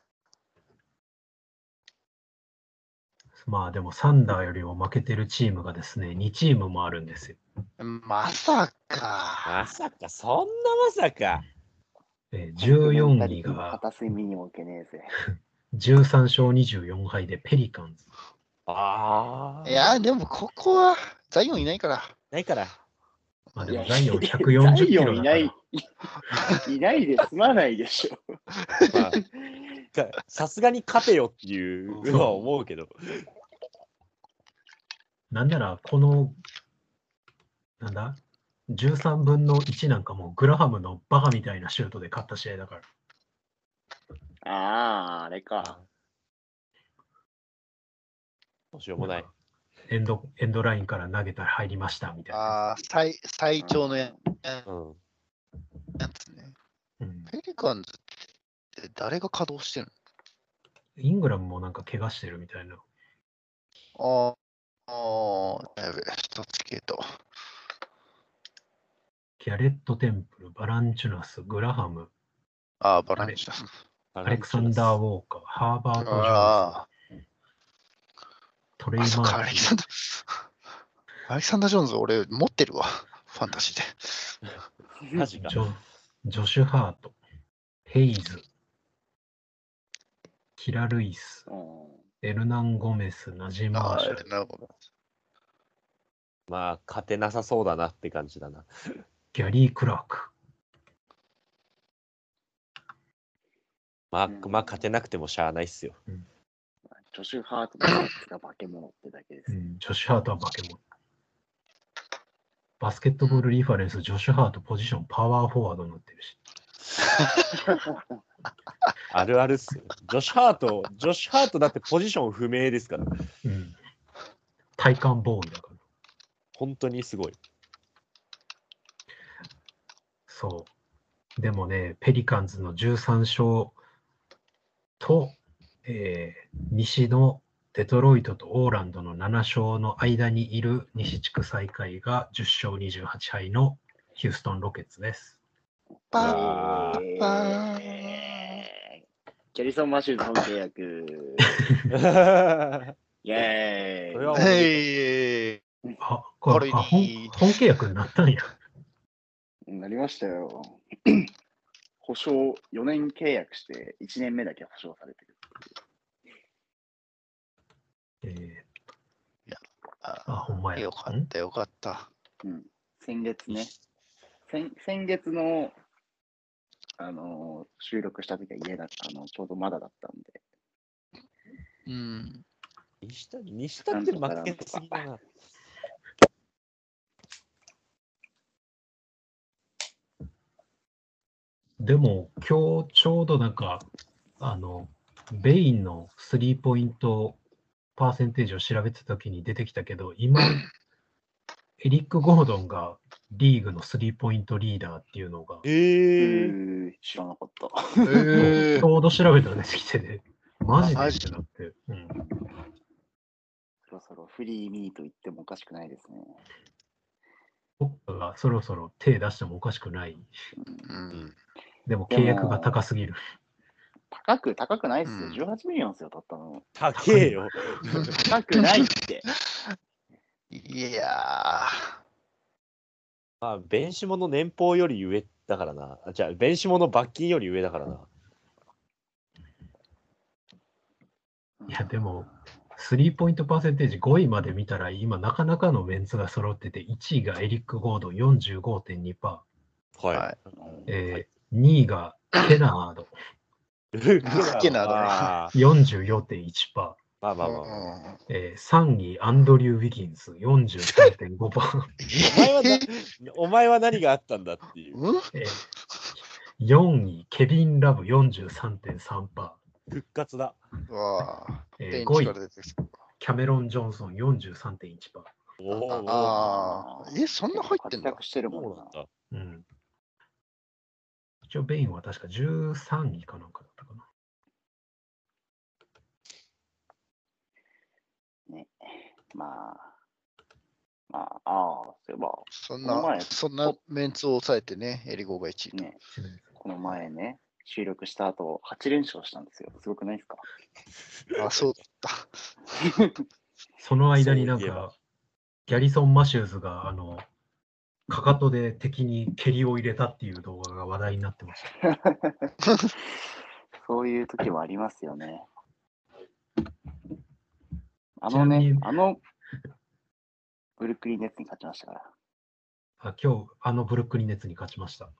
Speaker 4: まあでもサンダーよりも負けてるチームがですね、2チームもあるんですよ。
Speaker 3: まさか。
Speaker 5: まさか、そんなまさか。
Speaker 4: えー14位が
Speaker 2: 片隅にも置けねえぜ。
Speaker 4: 13勝24敗でペリカンズ。
Speaker 5: ああ。
Speaker 3: いや、でもここは、ザイオンいないから。
Speaker 5: ないから。
Speaker 4: まあで
Speaker 2: いや
Speaker 4: もザイオン
Speaker 2: ザ
Speaker 4: 140キ
Speaker 2: イオ
Speaker 4: ロ
Speaker 2: ンい
Speaker 4: だか
Speaker 2: な
Speaker 4: ら
Speaker 2: い、いないで済まないでしょ。
Speaker 5: まあかさすがに勝てよっていうのは思うけど。
Speaker 4: なんならこの、なんだ ?13 分の1なんかもうグラハムのバカみたいなシュートで勝った試合だから。
Speaker 2: ああ、あれか。
Speaker 5: どうしようもない。
Speaker 4: エンドエンドラインから投げたら入りましたみたいな。
Speaker 3: ああ、最最長のや
Speaker 5: うん。
Speaker 3: やつね。
Speaker 4: うん
Speaker 3: ペリカンズって誰が稼働してる
Speaker 4: イングラムもなんか怪我してるみたいな。
Speaker 3: のあーあー、やべえ、一つ消えた。
Speaker 4: ギャレット・テンプル、バランチュナス、グラハム、
Speaker 3: ああ、バランチだ。
Speaker 5: ア
Speaker 4: アレクサンダー・ウォーカー、ハーバート・ジョーンズ
Speaker 3: あ、
Speaker 4: トレ
Speaker 3: ー、
Speaker 4: イ・マ
Speaker 3: あ、そっか、ア
Speaker 4: ー
Speaker 3: レ
Speaker 4: テ
Speaker 3: キ
Speaker 4: ィン
Speaker 3: サンダー。 アレキサンダー・ジョーンズ、俺持ってるわ。ファンタジーで。
Speaker 5: マジか
Speaker 4: ジ。ョジョシュ・ハート、ヘイズ、キラ・ルイス、
Speaker 2: うん
Speaker 4: エルナン・ゴメス、ナジン・マ
Speaker 3: あ
Speaker 4: ーシャ
Speaker 3: あ
Speaker 4: ル、、
Speaker 3: なるほど。
Speaker 5: まあ、勝てなさそうだなって感じだな。
Speaker 4: ギャリー・クラーク。
Speaker 5: まあ、まあ、勝てなくてもしゃあないっすよ。
Speaker 2: ジョシュ・ハートのやつが化け物ってだけで
Speaker 4: う
Speaker 2: す。
Speaker 4: ん、ジョシュハートは化け物。バスケットボールリファレンス、ジョシュハートポジション、パワーフォワードになってるし。
Speaker 5: あるあるっすよ。ジョシュハート、ジョシュハートだってポジション不明ですから。
Speaker 4: うん。体幹ボーイだから。
Speaker 5: 本当にす ごい。
Speaker 4: そう。でもね、ペリカンズの13勝と、えー西のデトロイトとオーランドの7勝の間にいる西地区最下位が10勝28敗のヒューストン・ロケッツです。
Speaker 3: パ
Speaker 5: あ
Speaker 3: ーパー
Speaker 2: えーキャリソン・マシューズ本契約。
Speaker 5: ー
Speaker 2: イェ
Speaker 5: それは
Speaker 2: ーイ。
Speaker 3: はい。
Speaker 4: あ、これ、
Speaker 3: これ
Speaker 4: あ本
Speaker 3: いい
Speaker 4: 本契約になったんや。
Speaker 2: なりましたよ。 保証4年契約して1年目だけ保証されてる。
Speaker 4: えー
Speaker 3: あ
Speaker 4: あ、ほんまや。
Speaker 3: よかった、よかった。
Speaker 2: 先月ね、先先月の、あのー収録した時は家だったあの、ちょうどまだだったんで、
Speaker 3: うん。
Speaker 5: 西谷、西谷って負けすぎだな。
Speaker 4: でも、今日ちょうどなんか、あの、ベインのスリーポイントパーセンテージを調べてたときに出てきたけど、 今、エリック・ゴードンがリーグのスリーポイントリーダーっていうのが、
Speaker 5: え
Speaker 2: え
Speaker 5: ー、
Speaker 2: ー知らなかった。
Speaker 3: え
Speaker 4: ちょうど調べたら出てき てね、マジで
Speaker 3: マ
Speaker 4: っ
Speaker 3: ジ
Speaker 4: てなって、うん、
Speaker 2: そろそろフリーミーと言ってもおかしくないですね。
Speaker 4: 僕がそろそろ手出してもおかしくない。
Speaker 3: うん
Speaker 4: でも契約が高すぎる。
Speaker 2: 高く、高くないっす
Speaker 3: うん
Speaker 2: よ。18ミリオンっすよ、たったの。
Speaker 5: 高えよ。
Speaker 2: 高くないって。
Speaker 3: いや
Speaker 5: まあ、弁士もの年俸より上だからな。あじゃあ、弁士もの罰金より上だからな。
Speaker 4: いや、でも、スリーポイントパーセンテージ5位まで見たら、今、なかなかのメンツが揃ってて、1位がエリック・ゴードン45.2%、
Speaker 5: はい。
Speaker 3: は
Speaker 4: えー、2位がケナード
Speaker 5: ル
Speaker 3: ルッケナーだね
Speaker 5: まあ
Speaker 4: 44.1%、
Speaker 5: まあ
Speaker 3: ー。
Speaker 5: まあまあまあ。
Speaker 3: うん
Speaker 4: えー、3位アンドリュー・ウィギンス43.5%、
Speaker 5: お前は なお前は何があったんだっていう。
Speaker 3: うん
Speaker 4: えー、4位ケビン・ラブ43.3%、
Speaker 5: 復活だ。
Speaker 3: うわあ。
Speaker 4: え
Speaker 3: ベンチ
Speaker 4: ー、5
Speaker 3: か
Speaker 4: 位
Speaker 3: ら出てきた。
Speaker 4: キャメロン・ジョンソン43.1%、
Speaker 5: おおおお。
Speaker 3: ああ。え、そんな入ってんだ
Speaker 2: 活。躍してる
Speaker 5: そ
Speaker 2: も
Speaker 5: うんなん
Speaker 2: な。
Speaker 5: だ。
Speaker 4: うん、一応ベインは確か13位かなんかだったかな。
Speaker 2: まあ、まあ、ああ、そういえば、
Speaker 3: そん
Speaker 2: この
Speaker 3: な
Speaker 2: 前、
Speaker 3: そんなメンツを抑えてね、エリゴーが1位と。
Speaker 2: ね、この前ね、収録した後、8連勝したんですよ。すごくないですか
Speaker 3: あ、そうだっ
Speaker 4: その間になん
Speaker 5: そういえば
Speaker 4: か、ギャリソン・マシューズが、あの、かかとで敵に蹴りを入れたっていう動画が話題になってました。
Speaker 2: そういう時もありますよね。あの
Speaker 4: ちなみ
Speaker 2: ね
Speaker 4: に、
Speaker 2: あの、ブルックリンネッツに勝ちましたから。
Speaker 4: あ今日、あのブルックリン・ネッツに勝ちました。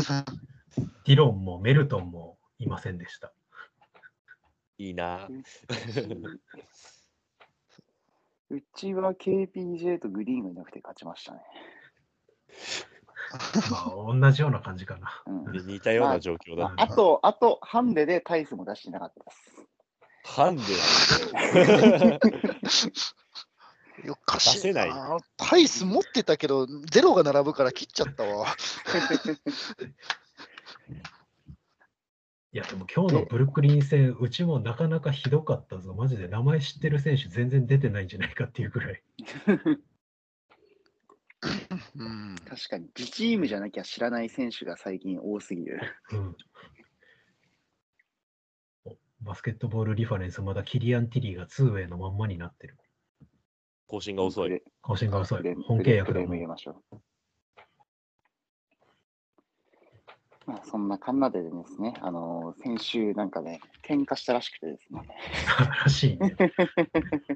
Speaker 3: た。
Speaker 4: ディロンもメルトンもいませんでした。
Speaker 5: いいな。
Speaker 2: うちは KPJ とグリーンがいなくて勝ちましたね。
Speaker 4: まあ、同じような感じかな。
Speaker 2: うん
Speaker 5: で 似たような状況だ
Speaker 2: ま。あ、あと、あと、ハンデでタイスも出してなかったです。
Speaker 5: ハンデ
Speaker 3: よっかし
Speaker 5: 出せない
Speaker 3: あタイス持ってたけど、ゼロが並ぶから切っちゃったわ。
Speaker 4: いや、でも今日のブルックリン戦、うちもなかなかひどかったぞ。マジで名前知ってる選手全然出てないんじゃないかっていうぐらい。
Speaker 3: うん。
Speaker 2: 確かに、自チームじゃなきゃ知らない選手が最近多すぎる。
Speaker 4: うん。おバスケットボールリファレンス、まだキリアン・ティリーがツーウェイのまんまになってる。
Speaker 5: 更新が遅い。
Speaker 4: 更新が遅い
Speaker 2: クレー。ム
Speaker 4: 本契約
Speaker 2: ク
Speaker 4: で
Speaker 2: レーム
Speaker 4: も
Speaker 2: 入れましょう。まあ、そんなかんなでですね、あのー先週なんかね、喧嘩したらしくてですね、
Speaker 4: らしいね。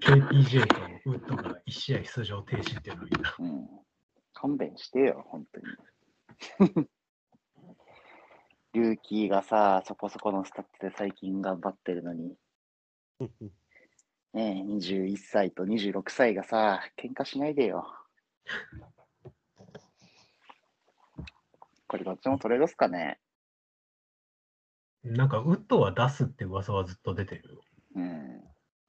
Speaker 4: KPJ とウッドが1試合出場停止っていうのを見た。
Speaker 2: うん、勘弁してよ、本当に。 ルーキーがさ、そこそこのスタッツで最近頑張ってるの に、ねえ、21歳と26歳がさ、喧嘩しないでよ。これどっちもトレードっすかね。
Speaker 4: なんかウッドは出すって噂はずっと出てるよ。
Speaker 2: うん。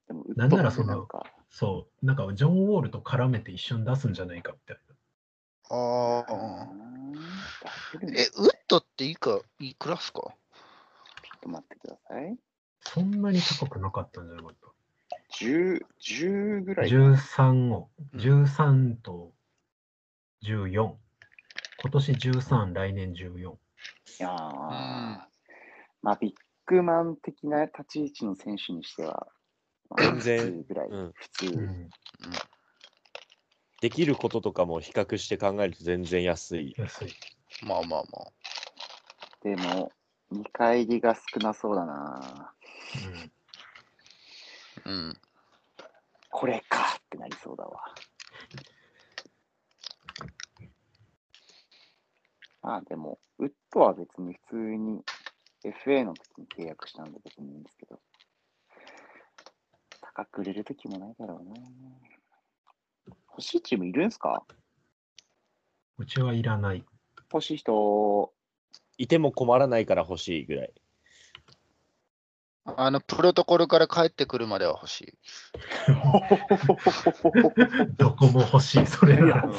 Speaker 2: でも、
Speaker 4: なんならその
Speaker 2: か、
Speaker 4: そう、なんかジョン・ウォールと絡めて一緒に出すんじゃないかみたいな。
Speaker 3: あ
Speaker 2: あ
Speaker 3: あ。
Speaker 2: ー
Speaker 3: え、ウッドっていいか、いくらっすか
Speaker 2: ちょっと待ってください。
Speaker 4: そんなに高くなかったんじゃないか
Speaker 2: 10、10ぐ
Speaker 4: な。
Speaker 2: らい。
Speaker 4: 13を、
Speaker 3: うん
Speaker 4: 13と14。今年13、来年14。
Speaker 2: いやーまあ、ビッグマン的な立ち位置の選手にしては、まあ
Speaker 5: 全然
Speaker 2: 普通ぐらい、
Speaker 5: うん
Speaker 2: 普通、
Speaker 4: うん、
Speaker 5: できることとかも比較して考えると全然安い。
Speaker 4: 安い。
Speaker 3: まあまあまあ。
Speaker 2: でも、見返りが少なそうだな。
Speaker 4: うん
Speaker 3: うん。
Speaker 2: これかってなりそうだわ。まあでも、ウッドは別に普通に FA の時に契約したんで別にいいんですけど、高く売れる時もないだろうな。欲しいチームいるんすか
Speaker 4: うちはいらない。
Speaker 2: 欲しい人、
Speaker 5: いても困らないから欲しいぐらい。
Speaker 3: あの、プロトコルから帰ってくるまでは欲しい。
Speaker 4: どこも欲しい、それなら。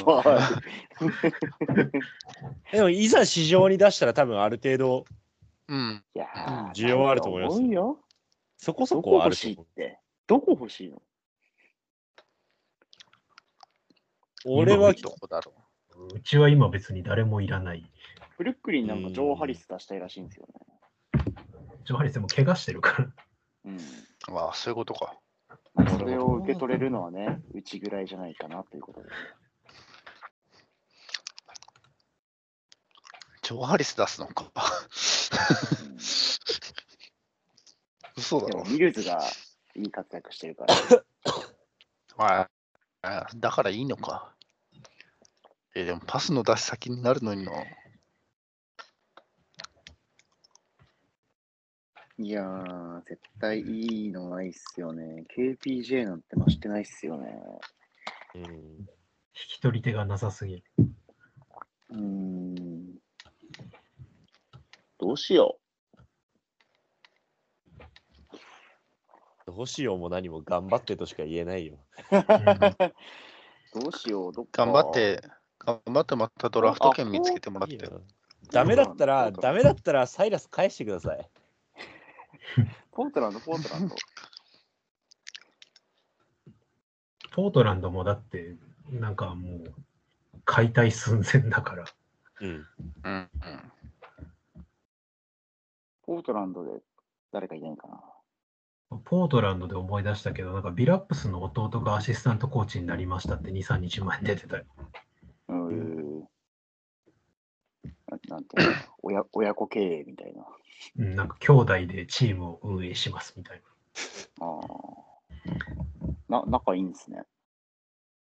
Speaker 5: でも、いざ市場に出したら多分ある程度、
Speaker 3: うん。
Speaker 2: いやー
Speaker 5: 需要はあると思いますよ
Speaker 2: うよ。
Speaker 5: そこそ
Speaker 2: ど
Speaker 5: こ
Speaker 2: こ
Speaker 5: はあ
Speaker 2: 欲
Speaker 5: ると
Speaker 2: しいっ
Speaker 5: 思う。
Speaker 2: て。どこ欲しいの
Speaker 5: 俺は
Speaker 4: 今
Speaker 3: どこだろ
Speaker 4: うちは今別に誰もいらない。
Speaker 2: ブルックリンなんかジョー・ハリス出したいらしいんですよ
Speaker 4: ジョハリスも怪我してるから。
Speaker 2: ね。うん。
Speaker 3: う。ああ、そういうことか。
Speaker 2: まあそれを受け取れるのはね、うちぐらいじゃないかなということで。
Speaker 3: ジョー・ハリス出すのか。嘘だ
Speaker 2: で
Speaker 3: ろ
Speaker 2: も、。ミルズがいい活躍してるから、
Speaker 3: ああだからいいのか。え、でもパスの出し先になるのにな。
Speaker 2: いやー、絶対いいのないっすよね。KPJ なんて増してないっすよね。
Speaker 5: うん
Speaker 4: 引き取り手がなさすぎる。
Speaker 2: うーん。どうしよ
Speaker 5: どうしようも何も頑張ってとしか言えないよ。
Speaker 4: うん
Speaker 2: う。どうしよう、どっか。
Speaker 3: 頑張って、頑張ってまたドラフト券見つけてもらっ
Speaker 5: いい
Speaker 3: て。
Speaker 5: よダメだったら、
Speaker 2: うん
Speaker 5: ダメだったらサイラス返してください。
Speaker 2: ポートランド、ポートランド。
Speaker 4: ポートランドもだって、なんかもう、解体寸前だから。
Speaker 5: うん。
Speaker 3: うんうん。
Speaker 2: ポートランドで誰かいないかな。
Speaker 4: ポートランドで思い出したけど、なんかビラップスの弟がアシスタントコーチになりましたって2、3日前に出てたよ。
Speaker 2: うーん。ななんていうの 親親子経営みたいな。
Speaker 4: うんなんか兄弟でチームを運営しますみたいな。
Speaker 2: ああ。な、仲いいんですね。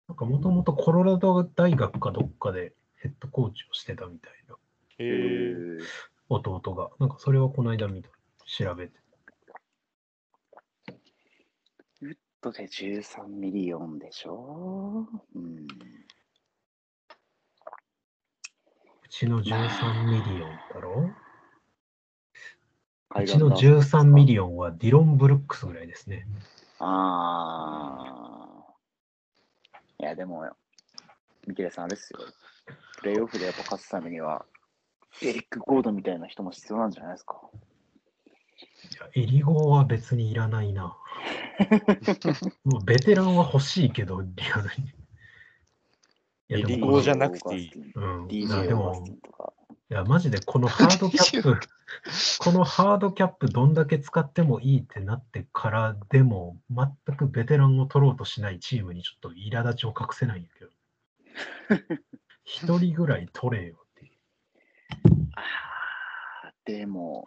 Speaker 4: なんかもともとコロラド大学かどっかでヘッドコーチをしてたみたいな
Speaker 5: へ
Speaker 2: へ
Speaker 5: え。
Speaker 4: 弟が。なんかそれはこの間見た。調べて。
Speaker 2: とで13ミリオンでしょうん。
Speaker 4: うちの13ミリオンだろう
Speaker 2: う
Speaker 4: ちの13ミリオンはディロン・ブルックスぐらいですね。
Speaker 2: オン。ああ。いや、でも、ミケレさんあれですよ。プレイオフでやっぱ勝つためには、エリック・ゴードンみたいな人も必要なんじゃないですか。
Speaker 4: いやエリゴは別にいらない な。もうベテランは欲しいけど、リアルに。いや
Speaker 5: エリ
Speaker 4: で
Speaker 5: リ
Speaker 4: もこの
Speaker 5: ゴじゃなくていい
Speaker 4: うん、い
Speaker 2: DJ
Speaker 4: やで
Speaker 2: オーガス
Speaker 4: も、
Speaker 2: ティンとか。
Speaker 4: いや、マジでこのハードキャッ
Speaker 3: DJ オー
Speaker 4: プ、このハードキャップどんだけ使ってもいいってなってからでも、全くベテランを取ろうとしないチームにちょっと苛立ちを隠せないんだけ ど。一人ぐらい取れよっていう。
Speaker 2: ああ、でも、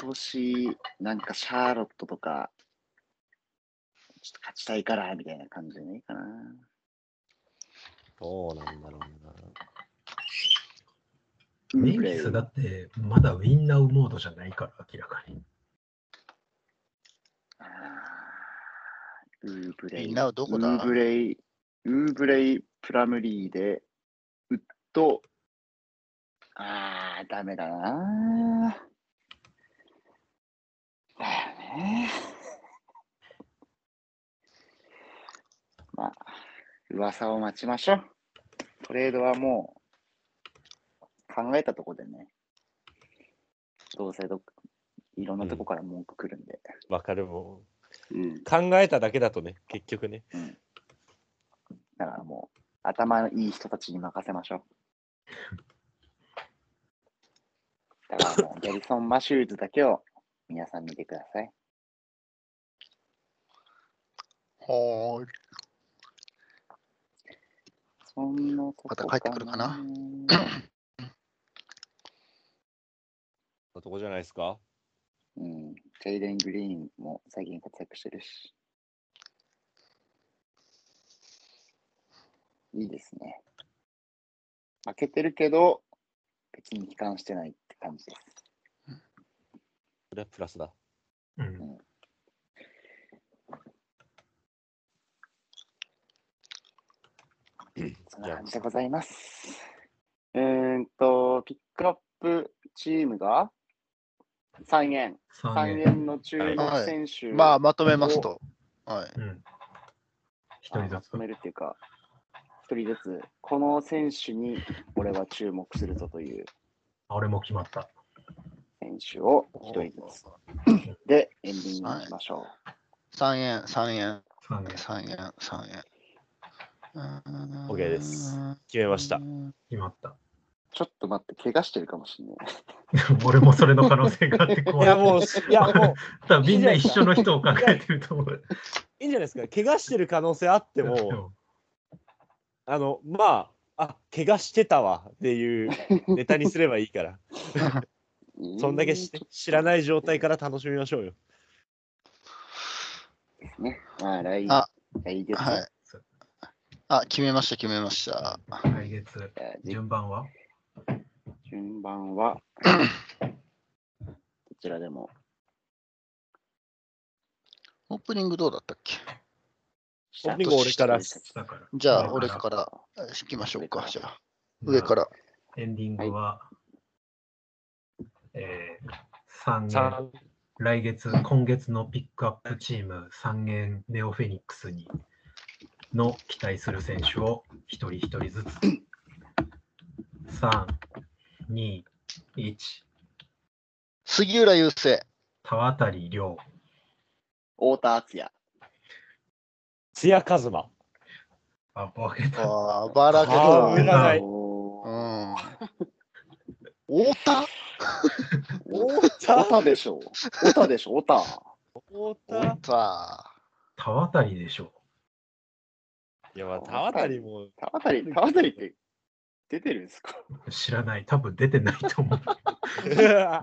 Speaker 2: 今年、なんかシャーロットとか、ちょっと勝ちたいから、みたいな感じじゃないかな。
Speaker 5: どうなんだろうな。
Speaker 4: メイキスだって、まだウィンナウモードじゃないから、明らかに。
Speaker 2: あーウーブレイ。
Speaker 3: みんなはどこだ
Speaker 2: ウーブレイ、ウーブレイ、プラムリーで、ウッド、あー、ダメだな だよね。噂を待ちましょう。トレードはもう、考えたとこでね、どうせどっいろんなとこから文句来るんで。
Speaker 5: わかるもん。
Speaker 2: うん。
Speaker 5: 考えただけだとね、結局ね。
Speaker 2: だからもう、頭のいい人たちに任せまし ょう。だからもう、ギャリソン・マシューズだけを皆さん見てください。
Speaker 3: はーい。
Speaker 2: そんなとこ
Speaker 3: また帰ってくるかな
Speaker 2: な
Speaker 5: そんなとこじゃないですか。
Speaker 2: うん。ジェイデン・グリーンも最近活躍してるし。いいですね。負けてるけど、別に悲観してないって感じです。
Speaker 5: それはプラスだ。
Speaker 4: うん、
Speaker 2: そんな感じでございます。えーっと、ピックアップチームが3円。
Speaker 4: 3
Speaker 2: 3
Speaker 4: 円、
Speaker 2: 円の注目選手
Speaker 3: まあ、まとめますと。はい。
Speaker 4: うん、
Speaker 2: あ
Speaker 4: 1人
Speaker 2: ま
Speaker 4: ずつ
Speaker 2: と。めるっていうか、1人ずつ、この選手に俺は注目するぞという
Speaker 4: あ俺も決まった。
Speaker 2: 選手を1人ずつでエンディングにしましょ
Speaker 3: 3円、3円、
Speaker 4: 3円決
Speaker 3: 3円、3円。
Speaker 5: OK です決めました。
Speaker 4: まった。
Speaker 2: う。ちょっと待って、怪我してるかもしれない。
Speaker 4: 俺もそれの可能性があって
Speaker 5: い
Speaker 4: 怖い。
Speaker 5: やもう、いやもう、
Speaker 4: 多分みんな一緒の人を考えてると思う。
Speaker 5: いいんじゃないですか。怪我してる可能性あっても、あの、まあ、あ、怪我してたわっていうネタにすればいいから、そんだけし
Speaker 2: うーん
Speaker 5: 知らない状態から楽しみましょうよ。
Speaker 2: ですね。まあ、来
Speaker 3: あ
Speaker 2: 来月、
Speaker 3: はい。あ、決めました、決めました。
Speaker 4: 来月、
Speaker 2: じゃあ
Speaker 4: 順番は
Speaker 2: 順番 は、どちらでも
Speaker 3: オープニングどうだったっけ
Speaker 5: オープニング俺からっす
Speaker 4: だから。
Speaker 3: じゃあ、
Speaker 4: 上
Speaker 3: 俺から行きましょうか。じゃあ、
Speaker 4: ら
Speaker 3: 上から。
Speaker 4: エンディングは、えー、3円、
Speaker 5: 3
Speaker 4: 来月、今月のピックアップチーム3円ネオフェニックスにの期待する選手を一人一人ずつ。3、2、1、
Speaker 3: 杉浦雄星、
Speaker 4: 田渡亮、
Speaker 2: 太田敦也。
Speaker 5: 津屋一馬。
Speaker 4: あ、分けた。
Speaker 3: あーばらけ
Speaker 5: あー
Speaker 3: た。
Speaker 5: 占い
Speaker 2: おー
Speaker 3: うん。太田
Speaker 2: オタでしょ。オタでしょ、オタ。
Speaker 5: 太
Speaker 3: 太
Speaker 5: 田。
Speaker 3: 田。
Speaker 4: 田渡でしょ。
Speaker 5: いや、まあ、田渡りも、
Speaker 2: 田渡り、田渡りって出てるんですか
Speaker 4: 知らない。多分出てないと思う。だ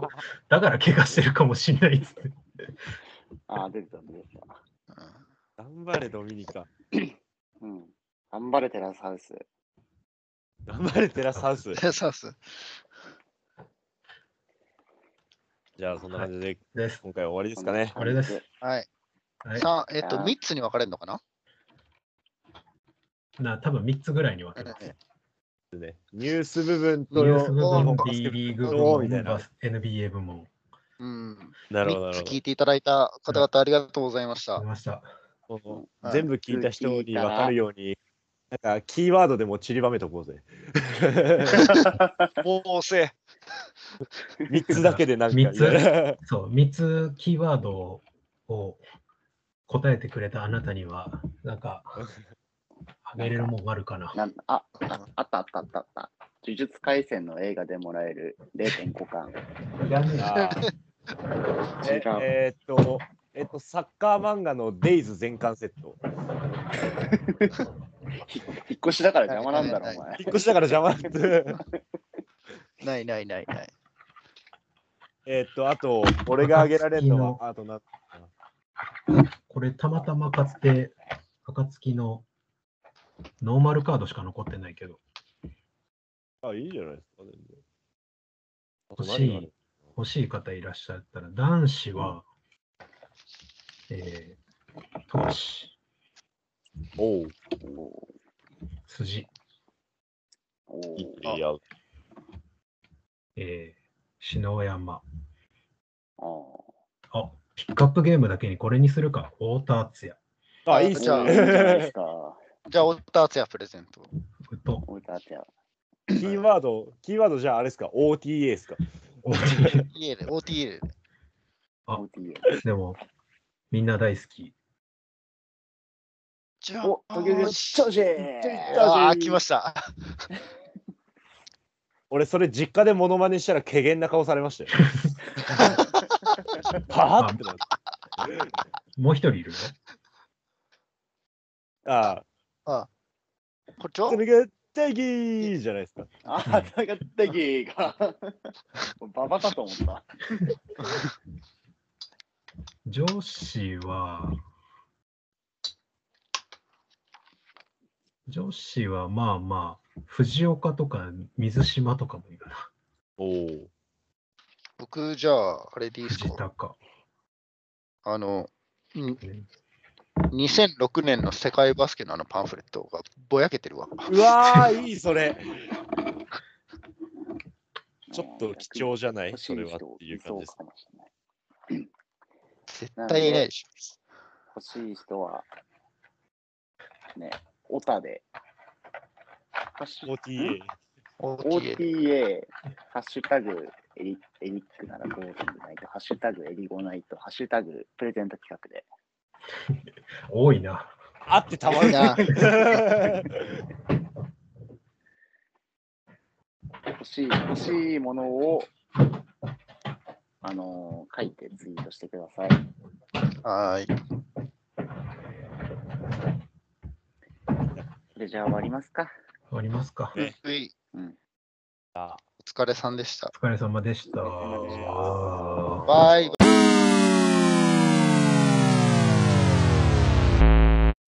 Speaker 4: から怪我してるかもしれないっつって。
Speaker 2: ああ、出てた、出てた。
Speaker 5: 頑張れ、ドミニカ。
Speaker 2: うん。頑張れ、テラスハウス。
Speaker 5: 頑張れ、テラスハウス。
Speaker 3: うん、そうそう
Speaker 5: じゃあ、そんな感じで、
Speaker 4: です。
Speaker 5: 今回は終わりですかね。
Speaker 4: これです。
Speaker 3: はい。
Speaker 4: はい。
Speaker 3: さあ、えっと、
Speaker 2: あー
Speaker 3: 3つに分かれるのかな
Speaker 4: な多分3つぐらいに分けます。
Speaker 5: ニュース部分
Speaker 4: ニ
Speaker 5: と、
Speaker 4: ュース部門、
Speaker 5: お
Speaker 4: B リーグ部
Speaker 5: お
Speaker 4: 門、
Speaker 5: みたいな
Speaker 4: バス NBA 部門。
Speaker 3: うん。
Speaker 5: なるほど、な
Speaker 3: 3
Speaker 5: る
Speaker 3: つ
Speaker 5: ほ
Speaker 3: 聞いていただいた方々ありがとうございまし
Speaker 4: あ
Speaker 3: た
Speaker 4: り。ました。
Speaker 5: ど
Speaker 2: う
Speaker 5: こ
Speaker 2: ん
Speaker 5: こ。全部聞いた人
Speaker 2: 聞い
Speaker 5: に
Speaker 2: たら
Speaker 5: 分かるように、なんか、キーワードでも散りばめとこうぜ。
Speaker 3: もうせ
Speaker 5: 3つだけでなんか、
Speaker 4: 三つそう、3つキーワードを答えてくれたあなたには、なんか、あげれるもんあるかな。
Speaker 2: なんああ、あったあったあったあった。呪術廻戦の映画でもらえる0.5巻。
Speaker 4: いらねえ
Speaker 5: あー
Speaker 2: 違う
Speaker 5: ええーっと、えっと、サッカー漫画のデイズ全巻セット。
Speaker 2: 引っ越しだから邪魔なんだろ、お前。
Speaker 5: 引っ越しだから邪魔って。
Speaker 3: ないないないない。
Speaker 5: えっと、あと、俺が挙げられるのは、あとな、
Speaker 4: これ、たまたま買って、暁のノーマルカードしか残ってないけど、
Speaker 5: あ、いいじゃないですか、全然。あと
Speaker 4: 欲
Speaker 5: 何
Speaker 4: し
Speaker 5: があ
Speaker 4: い
Speaker 5: る、
Speaker 4: 欲しい方いらっしゃったら、男子は、えー、富樫、
Speaker 5: おう、
Speaker 2: お
Speaker 4: 辻、
Speaker 2: ーお
Speaker 5: いい
Speaker 2: ー
Speaker 5: プレイヤー。
Speaker 4: えー、篠山。
Speaker 2: あー
Speaker 4: あ、ピックアップゲームだけにこれにするか、太田敦也。
Speaker 5: あ、いいっす
Speaker 2: じ
Speaker 5: ね
Speaker 2: ゃあ、いいんじゃないですか。
Speaker 3: じゃあ、オッターツヤプレゼント。
Speaker 4: ふ と、
Speaker 2: 置いてあってや。
Speaker 5: キーワード、キーワードじゃああれですか、OTA ですか。
Speaker 4: お家
Speaker 3: イエレ、OTA で。
Speaker 4: あ
Speaker 2: OTA
Speaker 4: でも、みんな大好き。
Speaker 3: じゃ
Speaker 2: お、東京で
Speaker 3: あ、
Speaker 2: 超ジェ
Speaker 3: あー、来ました。
Speaker 5: 俺、それ実家でモノマネしたら、けげんな顔されま したよ。はぁってなって。
Speaker 4: もう一人いる
Speaker 5: あ
Speaker 3: こっち
Speaker 5: あ、
Speaker 3: は
Speaker 5: それが大義じゃないですか。
Speaker 2: あ、たがったぎが。ババだと思った。
Speaker 4: の上司は、上司はまあまあ、藤岡とか水島とかもいるな。
Speaker 5: おお。
Speaker 3: 僕、じゃあ、あれでいいです
Speaker 4: 藤
Speaker 3: か
Speaker 4: 高。
Speaker 3: あの、ん
Speaker 4: ね
Speaker 3: 2006年の世界バスケのあのパンフレットがぼやけてるわ。
Speaker 5: うわー、いい、それ。ちょっと貴重じゃない
Speaker 2: 欲し
Speaker 5: そ
Speaker 2: い
Speaker 5: れはっ
Speaker 2: 人
Speaker 5: ていう
Speaker 2: そ
Speaker 5: 感
Speaker 2: う
Speaker 5: じです
Speaker 2: か。もしれない。
Speaker 3: 絶対いないでし
Speaker 2: 欲しい人は、ね、オタで、ハッシュ
Speaker 5: OTA。
Speaker 3: ょ。OTA で
Speaker 2: OTA、ハッシュタグエリ、エリックならゴールデンでないと、ハッシュタグエリゴないと、ハッシュタグプレゼント企画で。
Speaker 4: 多いな。
Speaker 5: あってたまるな。
Speaker 2: 欲しい、欲しいものを、あのー書いてツイートしてください。
Speaker 3: はーい。
Speaker 2: それじゃあ終わりますか。
Speaker 4: ありますか。
Speaker 5: ね
Speaker 3: うい
Speaker 2: うん
Speaker 3: お疲れさんでした。
Speaker 4: お疲れ様でした。
Speaker 2: お疲れ様でした
Speaker 3: バイバイ。